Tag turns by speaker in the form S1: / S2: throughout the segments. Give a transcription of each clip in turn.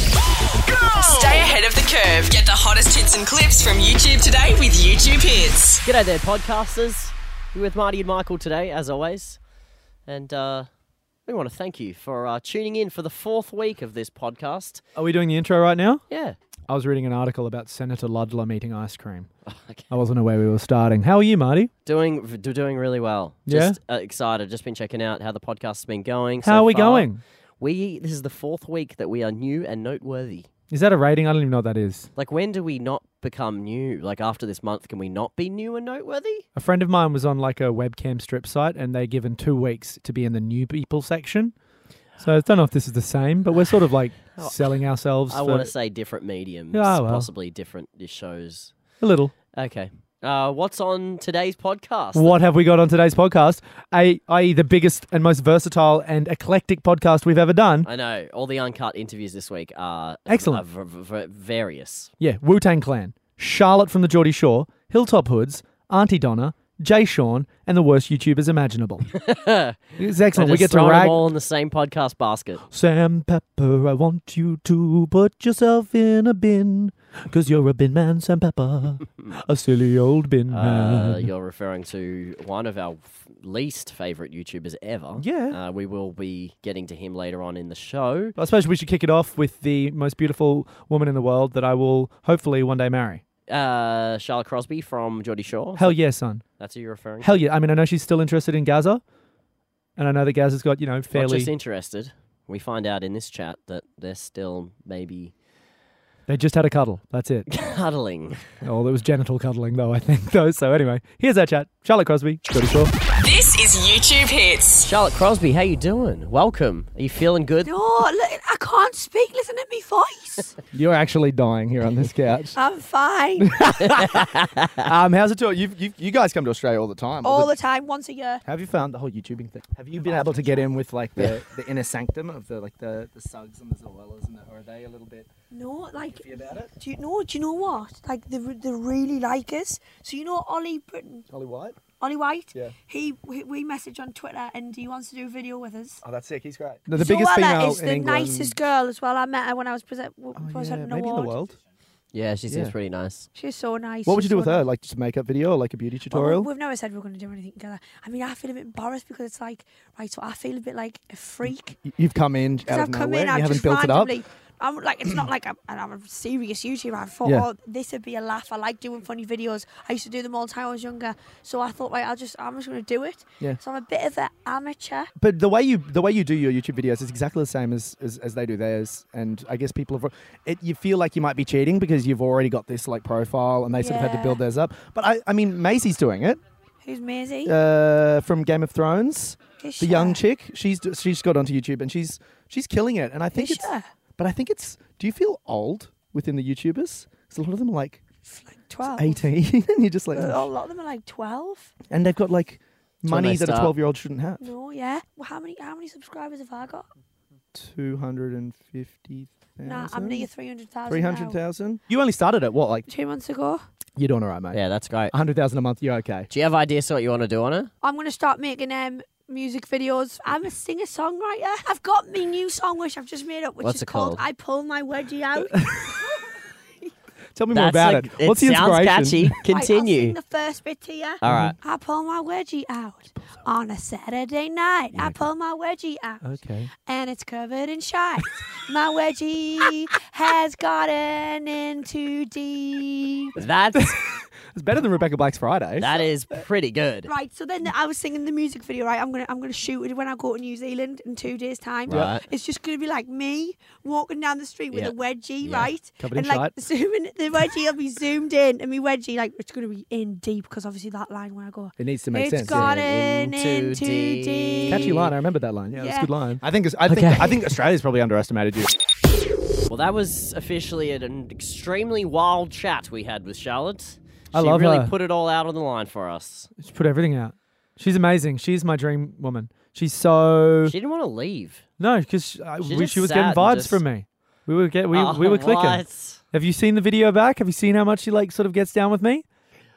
S1: Stay ahead of the curve. Get the hottest hits and clips from YouTube today with YouTube Hits.
S2: G'day there, podcasters. We're with Marty and Michael today, as always. And uh, we want to thank you for uh, tuning in for the fourth week of this podcast.
S3: Are we doing the intro right now?
S2: Yeah.
S3: I was reading an article about Senator Ludlam eating ice cream. I wasn't aware we were starting. How are you, Marty?
S2: Doing v- do- doing really well.
S3: Yeah?
S2: Just uh, excited. Just been checking out how the podcast's been going. so
S3: How are we
S2: far.
S3: going?
S2: We this is the fourth week that we are new and noteworthy.
S3: Is that a rating? I don't even know what that is.
S2: Like when do we not become new? Like after this month, can we not be new and noteworthy?
S3: A friend of mine was on like a webcam strip site and they're given two weeks to be in the new people section. So I don't know if this is the same, but we're sort of like selling ourselves
S2: Oh, I
S3: for
S2: want to say different mediums,
S3: Ah, well.
S2: possibly different shows.
S3: a little.
S2: Okay. Uh, what's on today's podcast?
S3: What have we got on today's podcast? A, i.e., the biggest and most versatile and eclectic podcast we've ever done.
S2: I know all the uncut interviews this week are
S3: Excellent.
S2: are v- v- v- various.
S3: Yeah, Wu Tang Clan, Charlotte from the Geordie Shore, Hilltop Hoods, Auntie Donna, Jay Sean, and the worst YouTubers imaginable. it's
S2: They're
S3: excellent. We
S2: just
S3: get to
S2: throwing them
S3: rag.
S2: all in the same podcast basket.
S3: Sam Pepper, I want you to put yourself in a bin, because you're a bin man, Sam Pepper. a silly old bin
S2: Uh,
S3: man.
S2: you're referring to one of our f- least favorite YouTubers ever.
S3: Yeah.
S2: Uh, we will be getting to him later on in the show.
S3: I suppose we should kick it off with the most beautiful woman in the world that I will hopefully one day marry.
S2: Uh, Charlotte Crosby from Geordie Shore.
S3: Hell yeah, son.
S2: That's who you're referring to.
S3: Hell yeah. I mean, I know she's still interested in Gaza, and I know that Gaza's got, you know,
S2: Not
S3: fairly.
S2: just interested. We find out in this chat that they're still maybe
S3: They just had a cuddle. That's it.
S2: cuddling.
S3: Oh, there was genital cuddling though, I think though. So anyway, here's our chat. Charlotte Crosby, Geordie Shore.
S1: This is YouTube Hits.
S2: Charlotte Crosby, how you doing? Welcome. Are you feeling good?
S4: Oh, look, I can't speak. Listen to me voice.
S3: You're actually dying here on this couch.
S4: I'm fine
S3: um, how's it doing? You've, you've, you guys come to Australia all the time.
S4: all the time, once a year.
S3: Have you found the whole YouTubing thing?
S5: Have you been able to get in with like the, the inner sanctum of the like the, the Suggs and the Zoellas and the, or are they a little bit
S4: No, like,
S5: iffy about it?
S4: do you know? Do you know what? Like, they, re- they really like us. So you know, Ollie Britton,
S5: Holly White?
S4: Ollie White.
S5: Yeah.
S4: He we we message on Twitter and he wants to do a video with us.
S5: Oh, that's sick. He's great.
S3: The, the biggest
S4: Zoella
S3: female
S4: is
S3: in
S4: the
S3: England. Oh,
S4: nicest girl as well. I met her when I was present, w-
S5: Oh,
S4: presenting an
S3: maybe in
S4: award.
S3: the world.
S2: Yeah, she seems
S3: Yeah.
S2: pretty nice.
S4: She's so nice.
S3: What would you
S4: she's
S3: do
S4: so
S3: with her?
S4: nice.
S3: Like just a makeup video or like a beauty
S4: Well,
S3: tutorial?
S4: we've never said we are going to do anything together. I mean, I feel a bit embarrassed because it's like, right, so I feel a bit like a freak.
S3: Y- You've come in out
S4: Because
S3: of
S4: I've come
S3: nowhere.
S4: in,
S3: and
S4: I've
S3: you haven't
S4: just
S3: built it up.
S4: randomly. I'm like, it's not like I'm, and I'm a serious YouTuber. I thought,
S3: Yeah.
S4: oh, this would be a laugh. I like doing funny videos. I used to do them all the time when I was younger. So I thought, right, I'll just, I'm just going to do it.
S3: Yeah.
S4: So I'm a bit of an amateur.
S5: But the way you the way you do your YouTube videos is exactly the same as, as, as they do theirs, and I guess people have it, you feel like you might be cheating because you've already got this like profile, and they sort of had to
S4: Yeah.
S5: build theirs up. But I, I mean, Maisie's doing it
S4: Who's Maisie?
S5: uh, from Game of Thrones.
S4: Who's
S5: the young
S4: she?
S5: chick. She's d- she's got onto YouTube and she's she's killing it. And I think
S4: Is
S5: it's
S4: she?
S5: but I think it's. Do you feel old within the YouTubers? Because a lot of them are like
S4: Like 12.
S5: eighteen, and you're just like,
S4: A lot of them are like 12.
S5: and they've got like
S2: when
S5: money
S2: they
S5: that a
S2: start.
S5: twelve year old shouldn't have.
S4: No, yeah. Well, how many how many subscribers have I got?
S5: Two hundred and fifty
S4: Nah, I'm near
S5: thousand.
S4: 300,000.
S5: Three hundred
S4: now.
S5: thousand. You only started at what? Like
S4: Two months ago.
S5: you're doing all right, mate.
S2: Yeah, that's great.
S5: hundred thousand a month. You're okay.
S2: Do you have ideas for what you want to do on it?
S4: I'm going to start making um, music videos. I'm a singer songwriter. I've got my new song, which I've just made up, which
S2: What's
S4: is
S2: it called?
S4: I Pull My Wedgie Out.
S5: Tell me more about it.
S2: a-
S5: What's the
S2: it sounds
S5: inspiration?
S2: catchy.
S4: Right, I'll sing
S2: Continue.
S4: the first bit to you.
S2: All right.
S4: I pull my wedgie out on a Saturday night. I pull my wedgie out
S2: Oh,
S3: Okay.
S4: and it's covered in shite. my wedgie has gotten in too deep.
S2: That's
S5: It's better than Rebecca Black's Friday.
S2: that is pretty good.
S4: Right, so then I was singing the music video. Right, I'm gonna I'm gonna shoot it when I go to New Zealand in two days' time.
S2: Right.
S4: It's just gonna be like me walking down the street with
S2: Yeah.
S4: a wedgie,
S2: Yeah.
S4: right?
S3: Covered in
S4: and like zooming the wedgie will be zoomed in, and my wedgie like it's gonna be in deep because obviously that line when I go,
S5: It needs to make
S4: it's
S5: sense.
S4: gotten
S2: In
S4: in,
S2: too
S4: too
S2: deep.
S4: deep.
S3: Catchy line. I remember that line. Yeah, it's a
S4: Yeah.
S3: good line.
S5: I think it's- I think
S2: Okay.
S5: I think Australia's probably underestimated you.
S2: Well, that was officially an extremely wild chat we had with Charlotte. She
S3: I love
S2: really
S3: her.
S2: put it all out on the line for us.
S3: She put everything out. She's amazing. She's my dream woman. She's so
S2: She didn't want to leave.
S3: no, because I
S2: She
S3: we,
S2: just
S3: she was
S2: sat
S3: getting
S2: and
S3: vibes
S2: just-
S3: from me. We were get we, we were clicking.
S2: Oh, What?
S3: Have you seen the video back? Have you seen how much she like sort of gets down with me?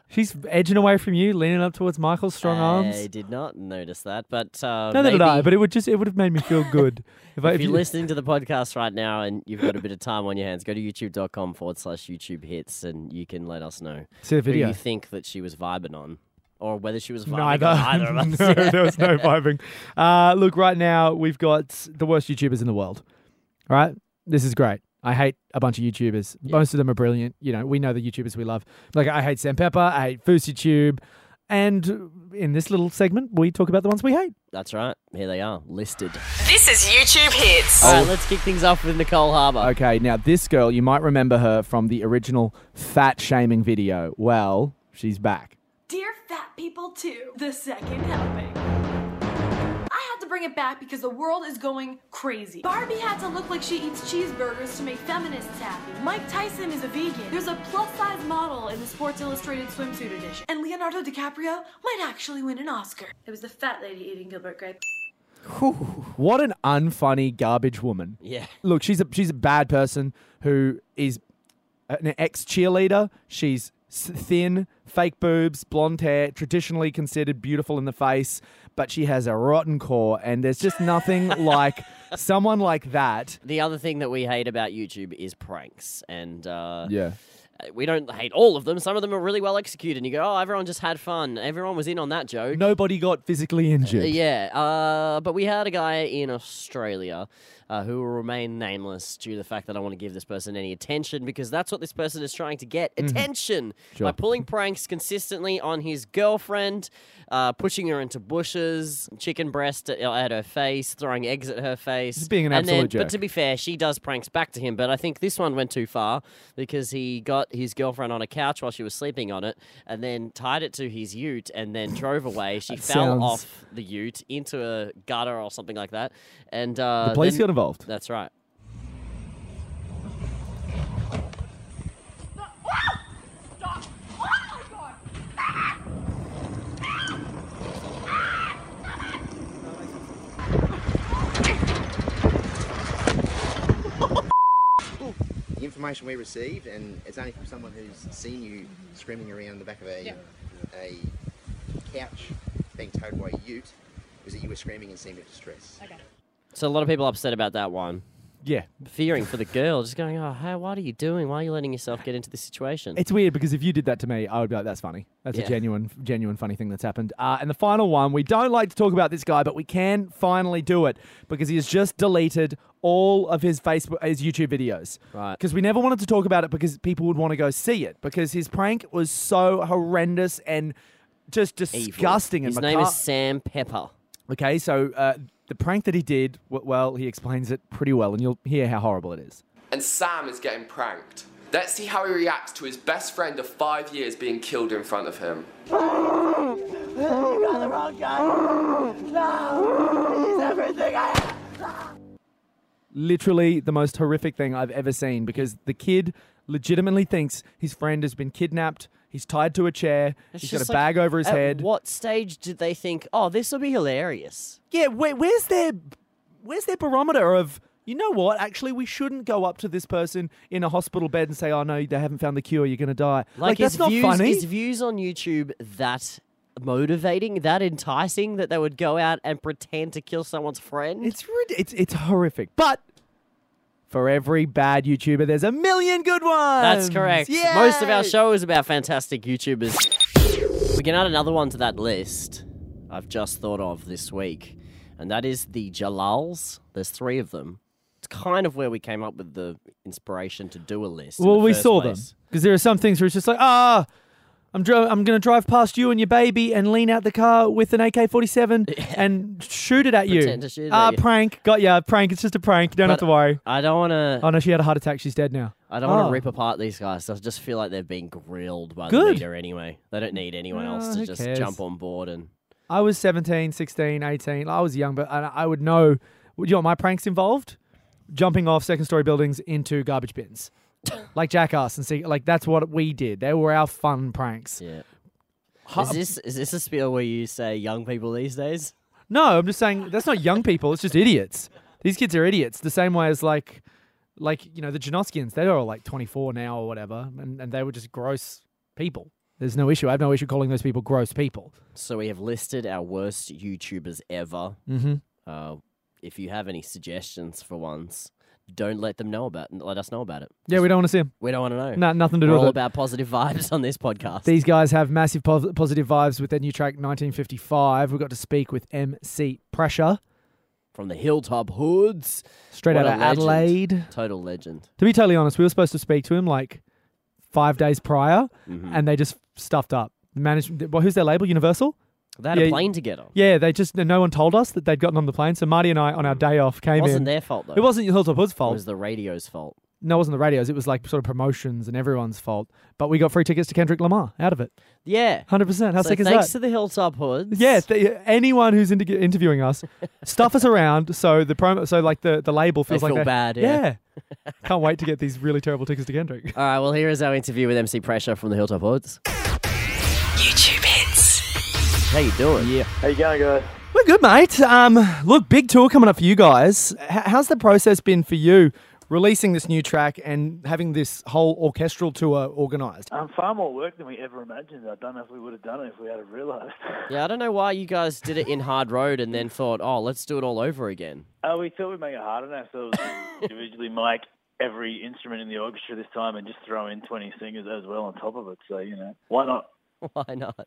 S3: She's edging away from you, leaning up towards Michael's strong
S2: I
S3: arms.
S2: did not notice that, but uh,
S3: Neither
S2: maybe
S3: did I, but it would just it would have made me feel good if, I
S2: if
S3: if
S2: you're
S3: you-
S2: listening to the podcast right now and you've got a bit of time on your hands, go to youtube.com forward slash YouTube hits and you can let us know
S3: see the
S2: who
S3: video.
S2: you think that she was vibing on or whether she was vibing
S3: Neither.
S2: on either of us.
S3: no, there was no vibing. Uh, look, right now we've got the worst YouTubers in the world. All right, this is great. I hate a bunch of YouTubers.
S2: Yeah.
S3: Most of them are brilliant. You know, we know the YouTubers we love. Like I hate Sam Pepper. I hate FoosyTube. And in this little segment, we talk about the ones we hate.
S2: That's right. Here they are, listed.
S1: This is YouTube Hits.
S2: All right, let's kick things off with Nicole Harbour.
S5: Okay, now this girl, you might remember her from the original fat shaming video. Well, she's back.
S6: Dear Fat People 2, the second helping. I had to bring it back because the world is going crazy. Barbie had to look like she eats cheeseburgers to make feminists happy. Mike Tyson is a vegan. There's a plus size model in the Sports Illustrated swimsuit edition. And Leonardo DiCaprio might actually win an Oscar. It was the fat lady eating Gilbert Grape.
S5: What an unfunny garbage woman.
S2: Yeah.
S5: Look, she's a she's a bad person who is an ex cheerleader. She's s- thin, fake boobs, blonde hair, traditionally considered beautiful in the face, but she has a rotten core and there's just nothing like someone like that.
S2: The other thing that we hate about YouTube is pranks. And uh,
S5: Yeah.
S2: we don't hate all of them. Some of them are really well executed. And you go, oh, everyone just had fun. Everyone was in on that joke.
S5: Nobody got physically injured.
S2: Uh, Yeah, uh, but we had a guy in Australia uh, who will remain nameless due to the fact that I want to give this person any attention because that's what this person is trying to get
S5: Mm-hmm.
S2: attention by pulling pranks consistently on his girlfriend, uh, pushing her into bushes, chicken breast at, at her face, throwing eggs at her face.
S5: Just being an
S2: And then-
S5: absolute
S2: But to
S5: jerk.
S2: be fair, she does pranks back to him, but I think this one went too far because he got his girlfriend on a couch while she was sleeping on it and then tied it to his ute and then drove away. She fell
S5: sounds-
S2: off the ute into a gutter or something like that. And uh,
S5: The police
S2: then-
S5: got involved.
S2: That's right.
S7: the information we received, and it's only from someone who's seen you screaming around the back of a, a couch being towed by a ute, was that you were screaming and seemed in distress.
S2: So a lot of people upset about that one.
S5: Yeah.
S2: Fearing for the girl, just going, oh, hey, what are you doing? Why are you letting yourself get into this situation?
S5: It's weird because if you did that to me, I would be like, "That's funny. That's
S2: Yeah.
S5: a genuine, genuine funny thing that's happened." Uh, and the final one, we don't like to talk about this guy, but we can finally do it because he has just deleted all of his Facebook, his YouTube videos.
S2: Right.
S5: Because we never wanted to talk about it because people would want to go see it because his prank was so horrendous and just
S2: Evil.
S5: disgusting.
S2: His
S5: and
S2: name
S5: macabre.
S2: is Sam Pepper.
S5: Okay, so uh, the prank that he did, w- well, he explains it pretty well, and you'll hear how horrible it is.
S8: and Sam is getting pranked. Let's see how he reacts to his best friend of five years being killed in front of him.
S5: literally the most horrific thing I've ever seen because the kid legitimately thinks his friend has been kidnapped. He's tied to a chair.
S2: It's
S5: he's got a
S2: just
S5: bag
S2: like,
S5: over his
S2: at
S5: head.
S2: What stage did they think, oh, this will be hilarious?
S5: Yeah, where, where's their where's their barometer of you know what? Actually, we shouldn't go up to this person in a hospital bed and say, "Oh no, they haven't found the cure. You're going to die." Like, that's
S2: his
S5: not
S2: views,
S5: funny.
S2: His views on YouTube that motivating, that enticing, that they would go out and pretend to kill someone's friend.
S5: It's rid- it's it's horrific. But for every bad YouTuber, there's a million good ones.
S2: That's correct. Most of our
S5: Yay!
S2: show is about fantastic YouTubers. We can add another one to that list I've just thought of this week, and that is the Jalals. There's three of them. It's kind of where we came up with the inspiration to do a list. in
S3: Well,
S2: the
S3: we
S2: first
S3: saw
S2: place.
S3: them because there are some things where it's just like, ah, I'm dri- I'm going to drive past you and your baby and lean out the car with an AK-47 and shoot it at you.
S2: Pretend to shoot it
S3: ah,
S2: at you.
S3: prank, got ya, prank. It's just a prank. You don't have
S2: But-
S3: to worry.
S2: I don't want to.
S3: Oh no, she had a heart attack. She's dead now.
S2: I don't want to
S3: Oh.
S2: rip apart these guys. I just feel like they're being grilled by the
S3: Good.
S2: leader anyway. They don't need anyone else
S3: Ah,
S2: to
S3: who
S2: just
S3: cares?
S2: jump on board and.
S3: I was 17, 16, 18. I was young, but I, I would know. Would you want my pranks involved? Jumping off second story buildings into garbage bins. like jackass and see like that's what we did. They were our fun pranks.
S2: Yeah. Is this is this a spiel where you say young people these days?
S3: No, I'm just saying that's not young people. It's just idiots. These kids are idiots. The same way as like, like you know the Janoskians. They're all like 24 now or whatever, and, and they were just gross people. There's no issue. I have no issue calling those people gross people.
S2: So we have listed our worst YouTubers ever.
S3: Mhm.
S2: Uh, if you have any suggestions for ones, don't let them know about. Let us know about it.
S3: Yeah, we don't want to see them.
S2: We don't want to know.
S3: Nah, nothing to do
S2: We're all
S3: with it.
S2: about positive vibes on this podcast.
S3: These guys have massive pos- positive vibes with their new track 1955. We got to speak with MC Pressure
S2: From the hilltop hoods,
S3: straight
S2: What
S3: out
S2: a
S3: of
S2: legend.
S3: Adelaide.
S2: total legend.
S3: To be totally honest, we were supposed to speak to him like five days prior,
S2: Mhm.
S3: and they just stuffed up. Management. Well, who's their label? Universal.
S2: They had
S3: Yeah,
S2: a plane together.
S3: Yeah, they just no one told us that they'd gotten on the plane. So Marty and I, on our day off, came
S2: it Hmm. wasn't
S3: in.
S2: their fault though.
S3: It wasn't Hilltop Hood's
S2: It
S3: fault.
S2: was the radio's fault.
S3: no, it wasn't the radios. It was like sort of promotions and everyone's fault. But we got free tickets to Kendrick Lamar out of it.
S2: Yeah.
S3: Hundred percent. How
S2: so
S3: sick is
S2: thanks
S3: that?
S2: to the hilltop hoods.
S3: Yeah, th- anyone who's inter- interviewing us, stuff us around so the promo, so like the, the label feels
S2: They
S3: like
S2: feel
S3: they-
S2: bad, yeah.
S3: yeah. Can't wait to get these really terrible tickets to Kendrick.
S2: All right. Well, here is our interview with MC Pressure from the hilltop hoods.
S9: YouTube hits.
S2: How you doing? Yeah.
S3: We're good, mate. Um, look, big tour coming up for you guys. H- how's the process been for you? Releasing this new track and having this whole orchestral tour organised.
S10: Um, far more work than we ever imagined. I don't know if we would have done it if we had have realised.
S2: Yeah. I don't know why you guys did it in Hard Road and then thought, oh, let's do it all over again.
S10: Uh, we thought we'd make it hard on ourselves individually, mic every instrument in the orchestra this time, and just throw in 20 singers as well on top of it. So you know, why not?
S2: Why not?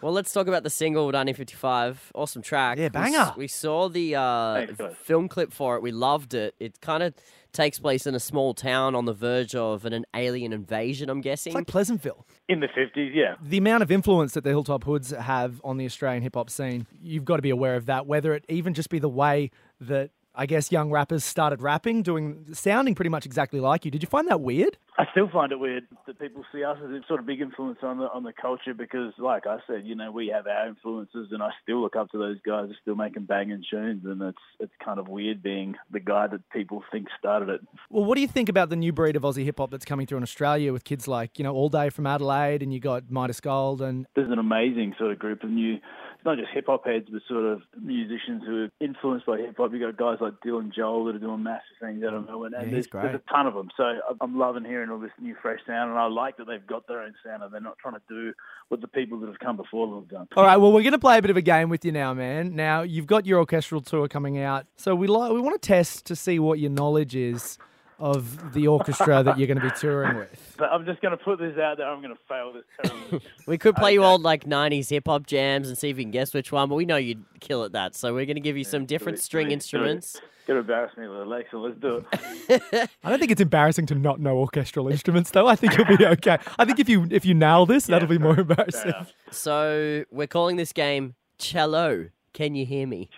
S2: Well, let's talk about the single 1955. Awesome track. Yeah,
S3: banger.
S2: We, saw the uh,
S10: Thanks, guys.
S2: film clip for it. We loved it. It kind of takes place in a small town on the verge of an, an alien invasion. I'm guessing.
S3: It's like Pleasantville.
S10: In the 50s, yeah.
S3: The amount of influence that the Hilltop Hoods have on the Australian hip hop scene, you've got to be aware of that. Whether it even just be the way that I guess young rappers started rapping, doing sounding pretty much exactly like you. Did you find that weird?
S10: I still find it weird that people see us as a sort of big influence on the on the culture because, like I said, you know, we have our influences, and I still look up to those guys. They're still making banging tunes, and it's it's kind of weird being the guy that people think started it.
S3: Well, what do you think about the new breed of Aussie hip hop that's coming through in Australia with kids like you know All Day from Adelaide, and you got Midas Gold, and
S10: there's an amazing sort of group of new, it's not just hip hop heads, but sort of musicians who are influenced by hip hop. You've got guys like Dylan Joel that are doing massive things out of Melbourne, and
S3: Mm. Yeah, he's
S10: there's, there's
S3: great.
S10: a ton of them. So I- I'm loving hearing all this new fresh sound, and I like that they've got their own sound and they're not trying to do what the people that have come before them have done.
S3: All right, well, we're going to play a bit of a game with you now, man. Now, you've got your orchestral tour coming out. So we like we want to test to see what your knowledge is of the orchestra that you're going to be touring with.
S10: But I'm just going to put this out there. I'm going to fail this terribly.
S2: We could play you old like '90s hip hop jams and see if you can guess which one, but we know you'd kill at that. So we're gonna give you some different
S10: do it,
S2: string
S10: do it, do it.
S2: instruments.
S10: Going to embarrass me with Alexa. Let's do it.
S3: I don't think it's embarrassing to not know orchestral instruments though. I think you'll be okay. I think if you if you nail this, that'll be more embarrassing.
S10: enough.
S2: So we're calling this game Cello. Can you hear me?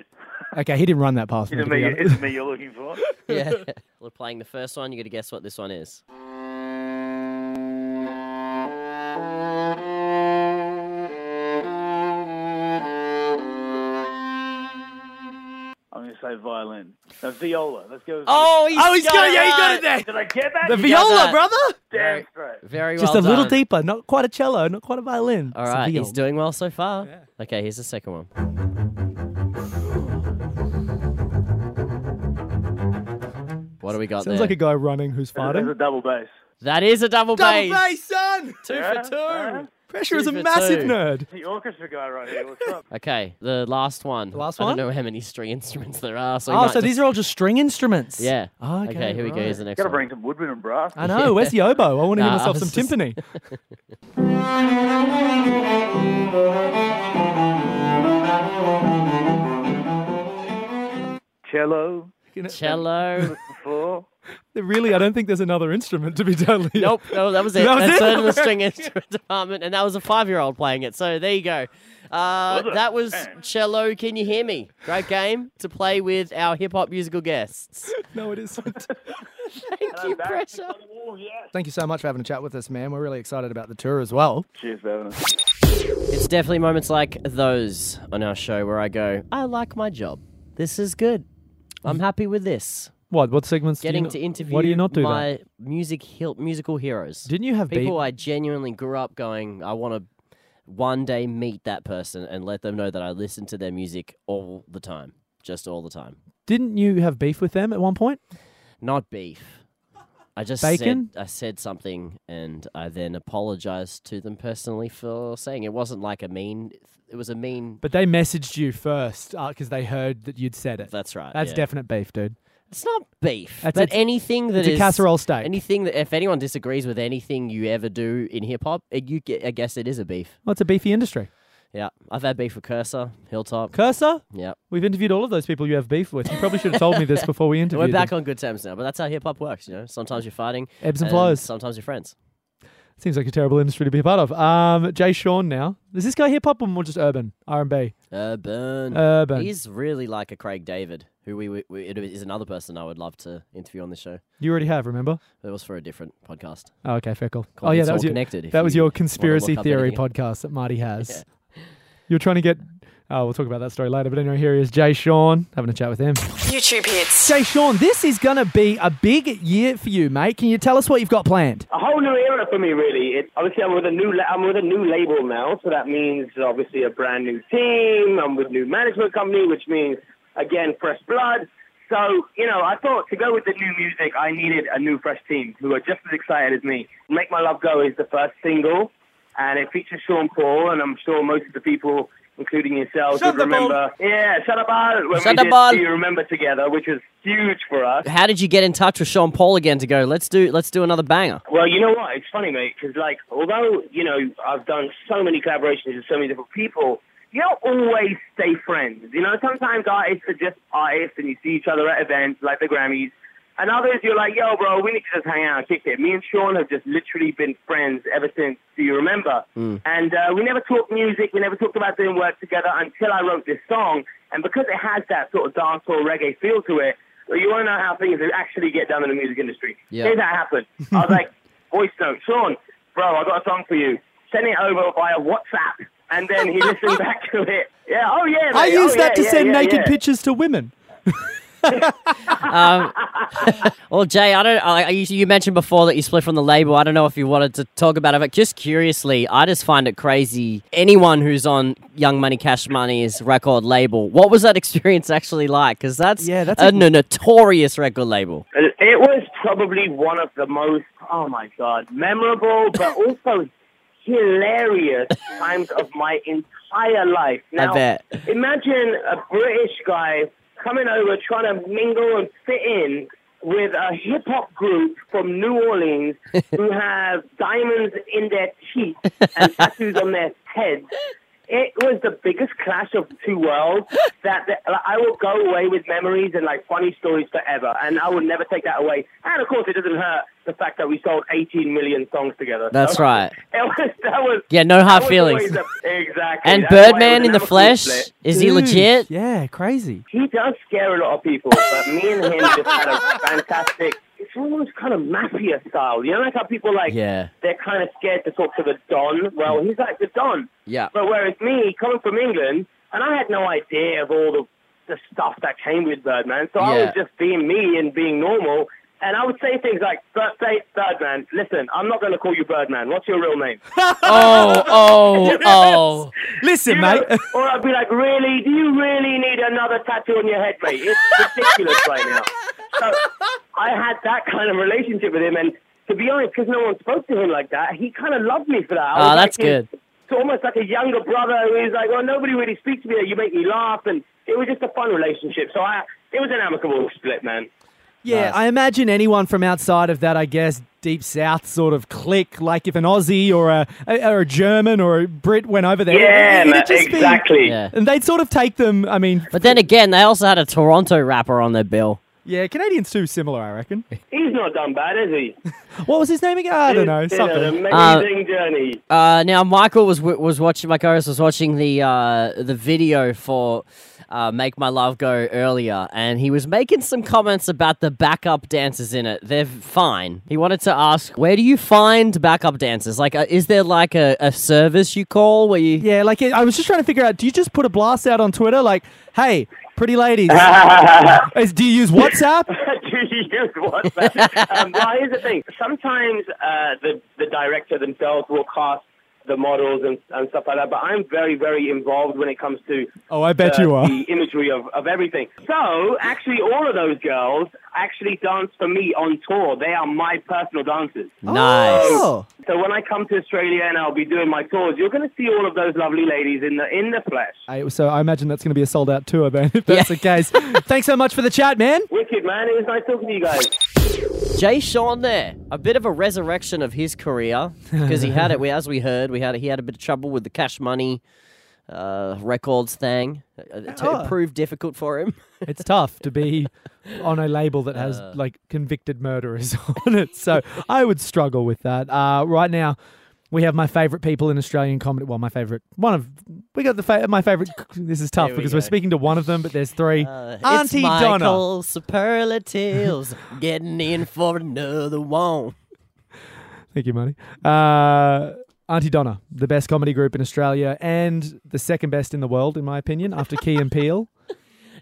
S3: Okay, he didn't run that past
S10: Is
S3: me. to
S10: it
S3: be
S10: me,
S3: honest.
S10: is it me you're looking for?
S2: Yeah. we're playing the first one. You got to guess what this one is.
S10: I'm going to say violin. No, viola. Let's go. with-
S2: Oh, he's,
S3: Oh, he's got it. Yeah, he got it there.
S10: Did I get that?
S3: The
S2: got
S3: viola,
S2: that.
S3: brother.
S10: Damn straight.
S2: Very
S3: Just
S2: well
S3: a little
S2: done.
S3: deeper, not quite a cello, not quite a violin.
S2: All
S3: It's a
S2: right,
S3: viola.
S2: he's doing well so far. Okay, here's the second one. What do we got
S3: Sounds
S2: there?
S3: like a guy running who's
S10: There's a
S3: farting.
S10: double bass.
S2: that is a double,
S3: Double
S2: bass.
S3: bass, son.
S2: Two for two.
S10: alright.
S3: Pressure is a
S2: Two for
S3: massive
S2: two.
S3: nerd.
S10: The orchestra guy right here. What's up?
S2: Okay, the last one. The
S3: last
S2: I
S3: one?
S2: don't know how many string instruments there are. So we
S3: Oh,
S2: might
S3: so
S2: just-
S3: these are all just string instruments.
S2: Yeah.
S3: Okay,
S2: here we go.
S3: right.
S2: Here's the next
S10: Gotta
S2: one.
S10: bring some woodwind and brass.
S3: I know. Where's the oboe? I want to
S2: Nah,
S3: hear
S2: I
S3: myself some
S2: was just-
S3: timpani.
S10: Cello.
S3: You know,
S2: Cello.
S10: Four.
S3: Really, I don't think there's another instrument to be totally.
S2: nope. No, that was it.
S3: That was
S2: That's
S3: it?
S2: in the string instrument department, and that was a five-year-old playing it. So there you go. Uh,
S10: it?
S2: that was
S10: Man.
S2: cello. Can you hear me? Great game to play with our hip hop musical guests.
S3: No, it isn't.
S2: Thank you, pressure.
S10: Oh, yes.
S3: Thank you so much for having a chat with us, man. We're really excited about the tour as well.
S10: Cheers for having us.
S2: It's definitely moments like those on our show where I go, I like my job. This is good. I'm happy with this.
S3: What? What segments?
S2: Getting
S3: do
S2: to
S3: you not-
S2: interview
S3: Why do you not do that?
S2: my music hil- musical heroes.
S3: Didn't you have
S2: people
S3: beat-
S2: I genuinely grew up going, I want to one day meet that person and let them know that I listen to their music all the time, just all the time.
S3: Didn't you have beef with them at one point?
S2: Not beef. I just
S3: Bacon?
S2: said I said something, and I then apologized to them personally for saying it wasn't like a mean. It was a mean.
S3: But they messaged you first because they heard that you'd said it.
S2: That's right.
S3: That's
S2: uh, yeah.
S3: definite beef, dude.
S2: It's not beef,
S3: That's
S2: but
S3: a-
S2: anything that
S3: it's a
S2: is-
S3: casserole steak.
S2: Anything that if anyone disagrees with anything you ever do in hip hop, it- you get, I guess it is a beef.
S3: Well, it's a beefy industry.
S2: Yeah, I've had beef with Cursor, Hilltop.
S3: Cursor,
S2: yeah,
S3: we've interviewed all of those people you have beef with. You probably should have told me this before we interviewed
S2: we're back
S3: them.
S2: on good terms now. But that's how hip hop works. You know, sometimes you're fighting,
S3: Ebbs and flows.
S2: Sometimes you're friends.
S3: Seems like a terrible industry to be a part of. Um, Jay Sean now. Is this guy hip hop or more just urban? R&B.
S2: Urban.
S3: Urban.
S2: He's really like a Craig David, who we, we, we it is another person I would love to interview on the show.
S3: you already have, remember?
S2: It was for a different podcast.
S3: Oh, okay, fair call.
S2: Called
S3: oh, yeah,
S2: It's
S3: that
S2: All
S3: was your,
S2: Connected, if
S3: that was
S2: you
S3: your
S2: wanna
S3: conspiracy
S2: look up
S3: theory
S2: anything.
S3: podcast that Marty has. You're trying to get. Oh, we'll talk about that story later. But anyway, here he is, Jay Sean, having a chat with him.
S1: YouTube hits.
S5: Jay Sean, this is going to be a big year for you, mate. Can you tell us what you've got planned?
S10: a whole new era for me, really. It, obviously, I'm with a new la- I'm with a new label now, so that means obviously a brand new team. I'm with new management company, which means again fresh blood. So you know, I thought to go with the new music, I needed a new fresh team who are just as excited as me. Make My Love Go is the first single, and it features Sean Paul, and I'm sure most of the people. Including yourselves,
S5: Shut
S10: would
S5: the ball.
S10: remember. Yeah, shut up, Al, when
S2: Shut
S10: we
S2: the
S10: did
S2: ball.
S10: Do You Remember together, which was huge for us.
S2: How did you get in touch with Sean Paul again to go? Let's do let's do another banger.
S10: Well, you know what? It's funny, mate, because like, although you know I've done so many collaborations with so many different people, you don't always stay friends. You know, sometimes artists are just artists, and you see each other at events like the Grammys, and others you're like, yo, bro, we need to just hang out and kick it. Me and Sean have just literally been friends ever since. Do you remember? And uh, we never talked music. We never talked about doing work together until I wrote this song, and because it has that sort of dancehall reggae feel to it. You want to know how things actually get done in the music industry.
S2: Yeah.
S10: Here's how it happened. I was like, voice note, Sean, bro, I got a song for you. Send it over via WhatsApp. And then he listened back to it. Yeah, oh yeah.
S3: I
S10: mate, oh,
S3: use that
S10: yeah,
S3: to
S10: yeah,
S3: send
S10: yeah,
S3: naked
S10: yeah.
S3: pictures to women.
S2: Well, Jay, I don't. I, I- you, you mentioned before that you split from the label. I don't know if you wanted to talk about it, but just curiously, I just find it crazy. Anyone who's on Young Money Cash Money's record label, what was that experience actually like? Because that's
S3: Yeah, that's
S2: a,
S3: a-
S2: n- notorious record label.
S10: It was probably one of the most, oh my God, memorable, but also hilarious times of my entire life. Now,
S2: bet.
S10: imagine a British guy coming over trying to mingle and fit in with a hip hop group from New Orleans who have diamonds in their teeth and tattoos on their heads. It was the biggest clash of two worlds that that- like, I will go away with memories and like funny stories forever, and I will never take that away. And of course, it doesn't hurt the fact that we sold 18 million songs together.
S2: That's
S10: So,
S2: right.
S10: It was, that was
S2: Yeah, no
S10: that
S2: hard
S10: was
S2: feelings.
S10: always a- exactly.
S2: And
S10: That's why it
S2: Birdman
S10: was
S2: in the
S10: never cool
S2: flesh,
S10: split.
S2: is he
S3: Dude,
S2: legit?
S3: Yeah, crazy.
S10: He does scare a lot of people, but me and him just had a fantastic. It's almost kind of mafia style. You know, like how people like
S2: Yeah.
S10: they're kind of scared to talk to the don. Well, he's like the don.
S2: Yeah.
S10: But whereas me, coming from England, and I had no idea of all the the stuff that came with Birdman, so I was
S2: Yeah.
S10: just being me and being normal. And I would say things like, "Bir- say, Birdman, listen, I'm not going to call you Birdman. What's your real name?
S2: Oh, oh, oh.
S3: Listen,
S10: You know,
S3: mate.
S10: or I'd be like, really? Do you really need another tattoo on your head, mate? It's ridiculous right now. So I had that kind of relationship with him, and to be honest, because no one spoke to him like that, he kind of loved me for that. I
S2: Oh,
S10: was like
S2: that's
S10: his-
S2: good.
S10: It's almost like a younger brother who is like, well, nobody really speaks to me. You make me laugh, and it was just a fun relationship. So I, it was an amicable split, man.
S3: Yeah, I imagine anyone from outside of that, I guess, deep south sort of click, like if an Aussie or a, or a German or a Brit went over there.
S10: Yeah,
S3: it'd
S10: man,
S3: just be-
S10: exactly.
S2: Yeah.
S3: and they'd sort of take them, I mean,
S2: But then again, they also had a Toronto rapper on their bill.
S3: yeah, Canadians too similar, I reckon.
S10: He's not done bad, is he?
S3: What was his name again? I don't know.
S10: It's um, been an
S3: Something.
S10: amazing journey.
S2: Uh, now Michael was was watching my co-host was watching the uh, the video for uh, "Make My Love Go" earlier, and he was making some comments about the backup dancers in it. They're fine. He wanted to ask, where do you find backup dancers? Like, uh, is there like a, a service you call where you?
S3: Yeah, like I was just trying to figure out do you just put a blast out on Twitter like, hey, pretty ladies,
S2: uh,
S3: is, do you use WhatsApp?
S10: do you use WhatsApp? um, well, here's the thing. Sometimes uh, the, the director themselves will cast
S11: the models and, and stuff like that. But I'm very, very involved when it comes to
S3: Oh, I bet
S11: the,
S10: Uh,
S3: you are.
S11: the imagery of, of everything. So actually, all of those girls actually dance for me on tour. They are my personal dancers.
S2: Nice.
S3: Oh.
S11: So when I come to Australia and I'll be doing my tours, you're going to see all of those lovely ladies in the in the flesh.
S3: I, so I imagine that's going to be a sold out tour, man, if that's the case. Thanks so much for the chat, man.
S11: Wicked man, it was nice talking to you guys.
S2: Jay Sean there, a bit of a resurrection of his career because he had it. We, as we heard, we had he had a bit of trouble with the Cash Money uh, records thing. Uh, It, t-
S3: Oh.
S2: it proved difficult for him.
S3: It's tough to be on a label that has
S2: Uh.
S3: like convicted murderers on it. So I would struggle with that. Uh, right now, we have my favorite people in Australian comedy. Well, my favorite one of we got the fa- my favorite. This is tough
S2: Here we
S3: because we are
S2: go.
S3: speaking to one of them, but there's three.
S2: Uh,
S3: Auntie
S2: it's
S3: Donna.
S2: Michael Superlatives getting in for another one.
S3: Thank you, Marty. Uh, Auntie Donna, the best comedy group in Australia and the second best in the world, in my opinion, after Key and Peele.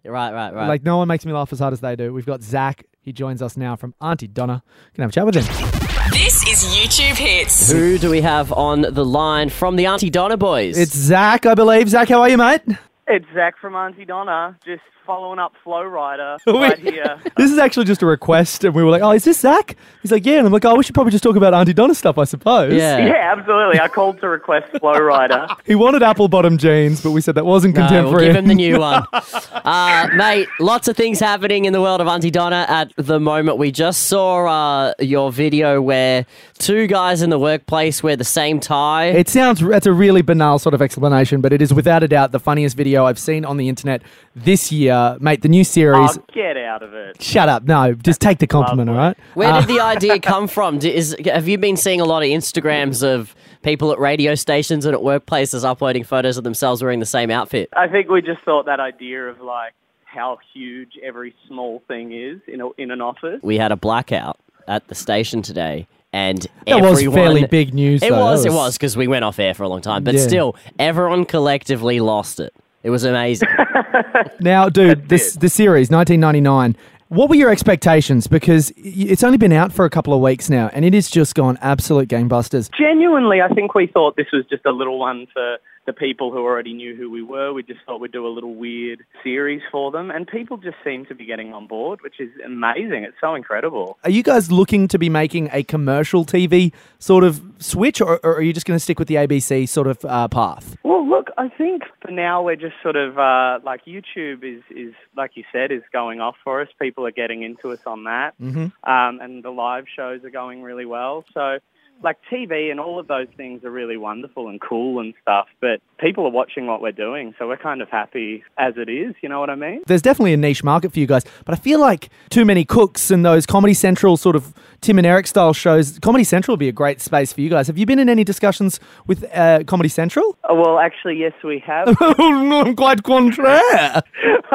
S2: Right, right, right.
S3: Like no one makes me laugh as hard as they do. We've got Zach. He joins us now from Auntie Donna. Can I have a chat with him.
S1: This is YouTube Hits.
S2: Who do we have on the line from the Auntie Donna boys?
S3: It's Zach, I believe. Zach, how are you, mate?
S10: It's Zach from Auntie Donna, just following up Flow Rider
S3: right
S10: right
S3: We-
S10: here.
S3: This is actually just a request, and we were like, "Oh, is this Zach?" He's like, "Yeah," and I'm like, "Oh, we should probably just talk about Auntie Donna stuff, I suppose."
S2: yeah.
S10: Yeah, absolutely. I called to request Flow Rider.
S3: He wanted apple bottom jeans, but we said that wasn't
S2: No, we'll
S3: contemporary.
S2: give him the new one. Uh, mate, lots of things happening in the world of Auntie Donna at the moment. We just saw uh, your video where two guys in the workplace wear the same tie.
S3: it sounds that's a really banal sort of explanation, but it is without a doubt the funniest video I've seen on the internet this year, mate. The new series.
S10: Oh, get out of it.
S3: Shut up! No, just take the compliment, all right? Uh,
S2: where did the idea come from? D- Is, have you been seeing a lot of Instagrams of people at radio stations and at workplaces uploading photos of themselves wearing the same outfit?
S10: I think we just thought that idea of like how huge every small thing is in, a, in an office.
S2: We had a blackout at the station today. And
S3: That was
S2: everyone-
S3: fairly big news.
S2: It
S3: though. That
S2: was, it was, because we went off air for a long time. But
S3: Yeah.
S2: still, everyone collectively lost it. It was amazing.
S3: Now, dude, this the series 1999. What were your expectations? Because y- it's only been out for a couple of weeks now, and it has just gone absolute gangbusters.
S10: Genuinely, I think we thought this was just a little one for the people who already knew who we were. We just thought we'd do a little weird series for them, and people just seem to be getting on board, which is amazing. It's so incredible.
S3: Are you guys looking to be making a commercial TV sort of switch, or, or are you just going to stick with the ABC sort of uh, path?
S10: Well, look, I think for now we're just sort of uh, like YouTube is, is, like you said, is going off for us. People are getting into us on that. Um, and the live shows are going really well. So like TV and all of those things are really wonderful and cool and stuff. But people are watching what we're doing. So we're kind of happy as it is. You know what I mean?
S3: There's definitely a niche market for you guys, but I feel like too many cooks and those Comedy Central sort of Tim and Eric style shows. Comedy Central would be a great space for you guys. Have you been in any discussions with uh, Comedy Central?
S10: Oh, well, actually, yes, we have.
S3: I'm quite contraire.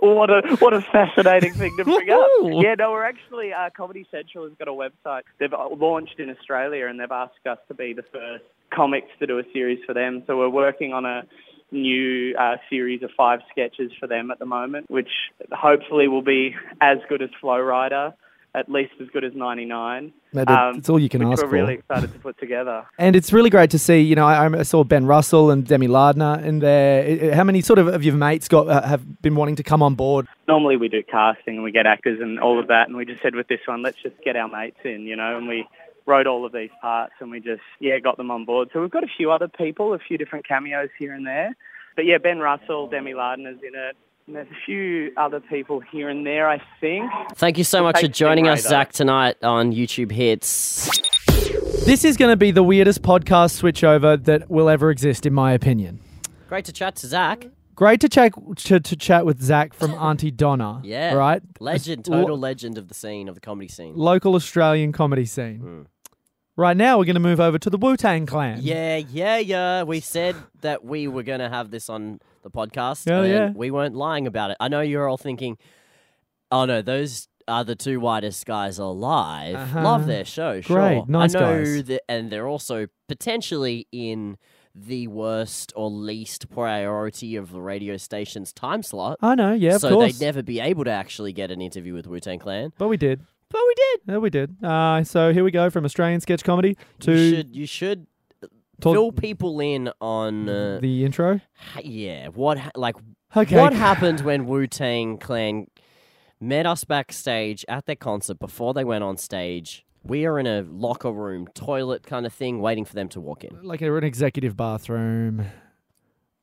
S10: what a what a fascinating thing to bring up. Yeah, no, we're actually uh, Comedy Central has got a website. They've uh, launched in Australia and they've asked us to be the first comics to do a series for them. So we're working on a new uh, series of five sketches for them at the moment, which hopefully will be as good as Flow Rider, at least as good as 99.
S3: Mate, it's all you can
S10: which
S3: ask
S10: We're really
S3: for.
S10: excited to put together.
S3: And it's really great to see. You know, I, I saw Ben Russell and Demi Lardner in there. I- I- How many sort of of your mates got uh, have been wanting to come on board?
S10: normally we do casting and we get actors and all of that and we just said with this one let's just get our mates in you know and we wrote all of these parts and we just yeah got them on board so we've got a few other people a few different cameos here and there but yeah ben russell demi lardner's in it and there's a few other people here and there i think
S2: Thank you so much for
S10: Thanks,
S2: joining us,
S10: Stingray,
S2: Zach, tonight on YouTube Hits.
S3: This is going to be the weirdest podcast switchover that will ever exist, in my opinion.
S2: Great to chat to Zach.
S3: Great to chat to, to chat with Zach from Auntie Donna.
S2: Yeah.
S3: right.
S2: Legend,
S3: Lo-
S2: total legend of the scene, of the comedy scene.
S3: local Australian comedy scene. Right now, we're going to move over to the Wu Tang Clan.
S2: Hmm. Yeah, yeah, yeah. We said that we were going to have this on the podcast.
S3: Hell
S2: and
S3: yeah.
S2: We weren't lying about it. I know you're all thinking, oh no, those are the two whitest guys alive.
S3: Uh-huh.
S2: Love their show, sure.
S3: Great, nice
S2: I know
S3: guys.
S2: that, and they're also potentially in the worst or least priority of the radio station's time slot.
S3: I know. Oh, Yeah, of
S2: so
S3: course.
S2: they'd never be able to actually get an interview with Wu Tang Clan.
S3: but we did.
S2: But we did.
S3: Yeah, we did. Uh, so here we go from Australian sketch comedy to
S2: you should you should
S3: Told-
S2: fill people in on uh,
S3: The intro?
S2: ha- yeah what ha- like
S3: Okay.
S2: what happened when Wu Tang Clan met us backstage at their concert before they went on stage. We are in a locker room, toilet kind of thing, waiting for them to walk in.
S3: Like an executive bathroom.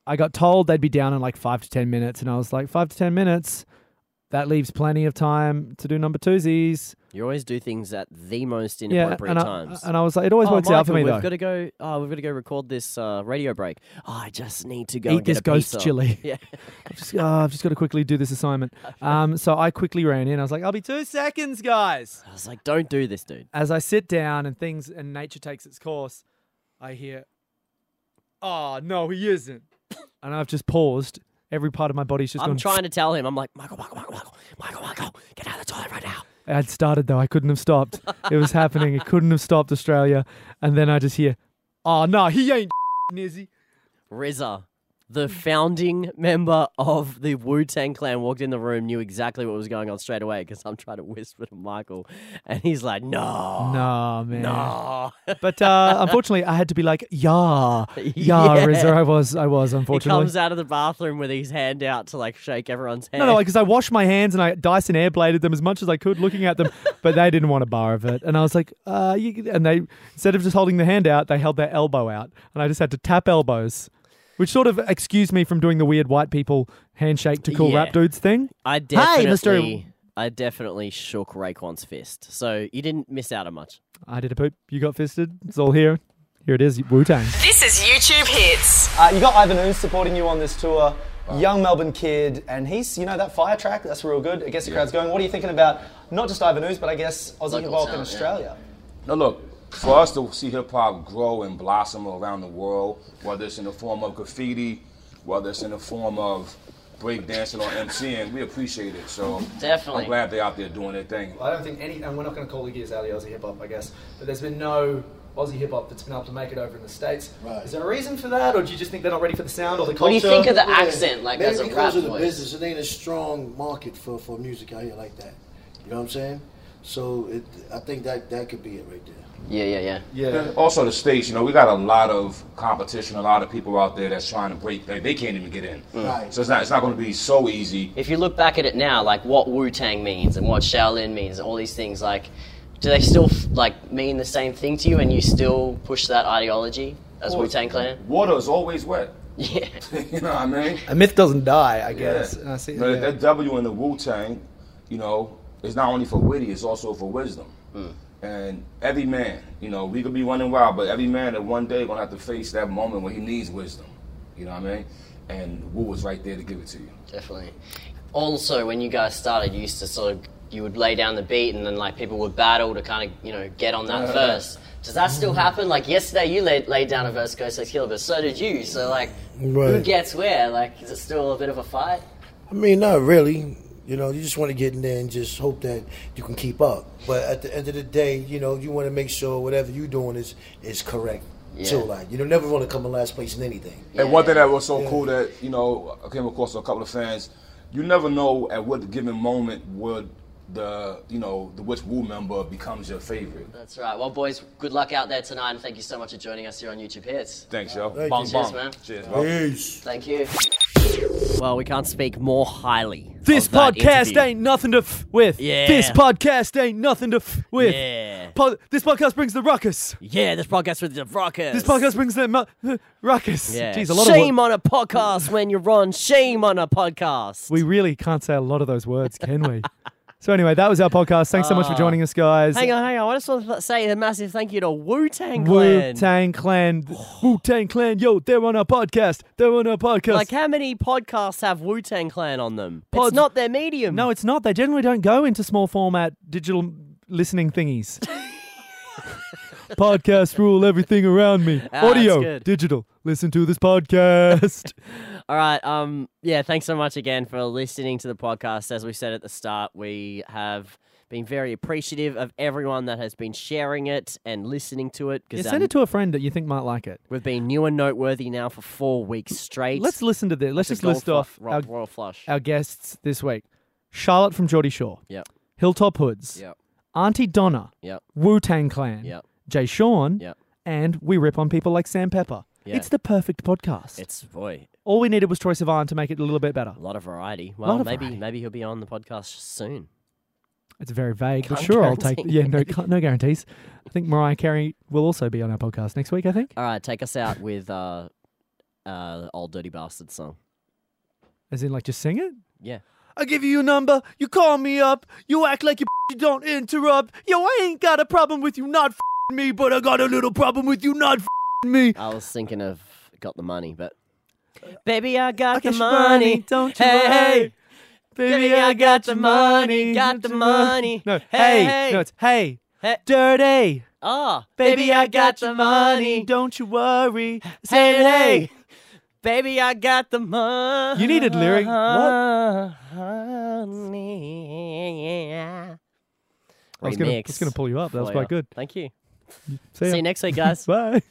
S3: I got told they'd be down in like five to 10 minutes, and I was like, five to 10 minutes? That leaves plenty of time to do number twosies.
S2: You always do things at the most
S3: Yeah,
S2: inappropriate
S3: and I,
S2: times.
S3: and I was like, it always
S2: oh,
S3: works
S2: Michael,
S3: out for me
S2: we've
S3: though.
S2: got to go. Oh, we've got to go record this uh, radio break. Oh, I just need to go
S3: Eat
S2: and get
S3: this
S2: a
S3: ghost
S2: pizza.
S3: chili.
S2: Yeah,
S3: I've just, oh, I've just got to quickly do this assignment. Um, so I quickly ran in. I was like, I'll be two seconds, guys.
S2: I was like, don't do this, dude.
S3: As I sit down and things and nature takes its course, I hear, oh, no, he isn't. And I've just paused. Every part of my body's just
S2: I'm
S3: gone.
S2: trying to tell him. I'm like, Michael, Michael, Michael, Michael, Michael, Michael, get out of the toilet right now.
S3: I had started though. I couldn't have stopped. It was happening. It couldn't have stopped Australia. And then I just hear, oh, no, he ain't, is he?
S2: Rizza, the founding member of the Wu Tang Clan, walked in the room, knew exactly what was going on straight away because I'm trying to whisper to Michael, and he's like, "No,
S3: No, man.
S2: no."
S3: But uh, unfortunately, I had to be like, yeah, yeah,
S2: Yeah.
S3: Rizzo. I was, I was,
S2: He
S3: unfortunately.
S2: comes out of the bathroom with his hand out to like shake everyone's hand.
S3: No, no, because I washed my hands and I Dyson airbladed them as much as I could, looking at them, but they didn't want a bar of it. And I was like, uh, you, and they instead of just holding the hand out, they held their elbow out, and I just had to tap elbows, which sort of excused me from doing the weird white people handshake to cool
S2: Yeah.
S3: rap dudes thing.
S2: I
S3: Hey, Mr.
S2: definitely, I definitely shook Raekwon's fist, so you didn't miss out on much.
S3: I did a poop. You got fisted. It's all here. Here it is. Wu Tang.
S1: This is YouTube Hits.
S12: Uh, you got Ivan Ooze supporting you on this tour, young Melbourne kid, and he's, you know, that fire track, that's real good. It gets the crowds going. What are you thinking about, not just Ivan Ooze, but I guess Aussie hip hop in
S10: talent, yeah.
S12: Australia?
S10: Now look, for us to see hip hop grow and blossom around the world, whether it's in the form of graffiti, whether it's in the form of breakdancing or MCing, we appreciate it. So
S12: Definitely.
S10: I'm glad they're out there doing their thing.
S12: I don't think any, and we're not going to call the gears out of Aussie hip hop, I guess, but there's been no Aussie hip hop that's been able to make it over in the States. Right. Is there a reason for that, or do you just think they're not ready for the sound or the culture?
S6: Maybe because of the business, it ain't a strong market for, for music out here like that. You know what I'm saying? So it, I think that that could be it right there.
S10: Yeah, yeah, yeah.
S6: Yeah.
S10: And also the states, you know, we got a lot of competition, a lot of people out there that's trying to break. They, they can't even get in.
S6: Right.
S10: So it's not it's not going to be so easy.
S7: If you look back at it now, like what Wu Tang means and what Shaolin means, and all these things, like, do they still f- like mean the same thing to you, and you still push that ideology as
S10: Well,
S7: Wu Tang Clan?
S10: Water is always wet. Yeah. you know what I mean?
S12: A myth doesn't die, I
S10: Yeah. But That W in the Wu Tang, you know, is not only for witty, it's also for wisdom. And every man, you know, we could be running wild, but every man that one day gonna have to face that moment when he needs wisdom. You know what I mean? And Wu was right there to give it to you.
S7: Definitely. Also, when you guys started, you used to sort of you would lay down the beat, and then like people would battle to kind of you know get on that
S10: Yeah.
S7: verse. Does that still happen? Like yesterday, you laid, laid down a verse, Ghost Sex Killer, but so did you. So like, who
S6: Right.
S7: gets where? Like, is it still a bit of a fight?
S6: I mean, not really. You know, you just want to get in there and just hope that you can keep up. But at the end of the day, you know, you want to make sure whatever you're doing is is correct.
S10: Yeah.
S6: Too like you don't never want to come in last place in anything.
S10: And one thing that was so cool that you know I came across a couple of fans. You never know at what given moment would the you know the which Wu member becomes your favorite.
S7: That's right. Well, boys, good luck out there tonight, and thank you so much for joining us here on YouTube Hits.
S10: Thanks, yo.
S7: Thank
S10: Bong,
S7: you.
S10: bong.
S7: Cheers, man.
S10: Cheers,
S2: bro.
S7: Thank you.
S2: Well, we can't speak more highly.
S3: This
S2: of that
S3: podcast
S2: interview.
S3: ain't nothing to f with.
S2: Yeah.
S3: This podcast ain't nothing to f with.
S2: Yeah.
S3: Po- this podcast brings the ruckus.
S2: Yeah, this podcast with the rockers.
S3: This podcast brings the mu- ruckus.
S2: Yeah.
S3: Jeez, a lot
S2: shame
S3: of
S2: on a podcast when you're on. Shame on a podcast.
S3: We really can't say a lot of those words, can we? so anyway, that was our podcast. Thanks so much for
S2: Uh,
S3: joining us, guys.
S2: Hang on, hang on. I just want to say a massive thank you to Wu Tang
S3: Wu
S2: Clan.
S3: Tang Clan, Wu Tang Clan, yo, they're on our podcast. They're on our podcast.
S2: Like, how many podcasts have Wu Tang Clan on them?
S3: Pods-
S2: It's not their medium.
S3: no, it's not. They generally don't go into small format digital listening thingies. podcast rule everything around me.
S2: Ah, that's
S3: Audio,
S2: good.
S3: digital. Listen to this podcast.
S2: All right. Um. Yeah. Thanks so much again for listening to the podcast. As we said at the start, we have been very appreciative of everyone that has been sharing it and listening to it. um,
S3: yeah,
S2: Because
S3: send it to a friend that you think might like it.
S2: we've been new and noteworthy now for four weeks straight.
S3: Let's listen to this. Let's
S2: Like
S3: just
S2: a gold
S3: list off
S2: flush- ro-
S3: our,
S2: royal flush.
S3: our guests this week: Charlotte from Geordie Shore,
S2: Yep.
S3: Hilltop Hoods,
S2: Yep.
S3: Auntie Donna,
S2: Yep.
S3: Wu Tang Clan,
S2: Yep.
S3: Jay Sean,
S2: Yep.
S3: and we rip on people like Sam Pepper.
S2: Yeah.
S3: It's the perfect podcast.
S2: It's boy,
S3: All we needed was Troy Sivan to make it a little bit better.
S2: a lot of variety.
S3: Lot
S2: Well,
S3: of
S2: maybe maybe he'll be on the podcast soon.
S3: It's very vague, but
S2: Can't
S3: sure, I'll take.
S2: guarantee
S3: Yeah, no, can't- no guarantees. I think Mariah Carey will also be on our podcast next week. I think.
S2: All right, take us out with uh, uh, the old dirty bastard song.
S3: As in, like, just sing it.
S2: Yeah.
S5: I give you a number, you call me up, you act like you, you don't interrupt. Yo, I ain't got a problem with you not f***ing me, but I got a little problem with you not f***ing me.
S2: I was thinking of got the money, but baby, I got
S5: the
S2: the money.
S5: don't you
S2: Hey,
S5: worry.
S2: hey. Baby, I got the money. Got the money.
S5: No,
S2: Hey,
S5: hey,
S2: hey.
S5: no, it's hey,
S2: Hey.
S5: dirty.
S2: Ah,
S5: Baby, I got the money. Don't you worry. Say hey.
S2: Baby, I got the money.
S5: You needed lyric-
S2: What?
S3: I was gonna- I was gonna pull you up. That was quite good.
S2: Thank you.
S3: See ya.
S2: See you next week, guys.
S3: Bye.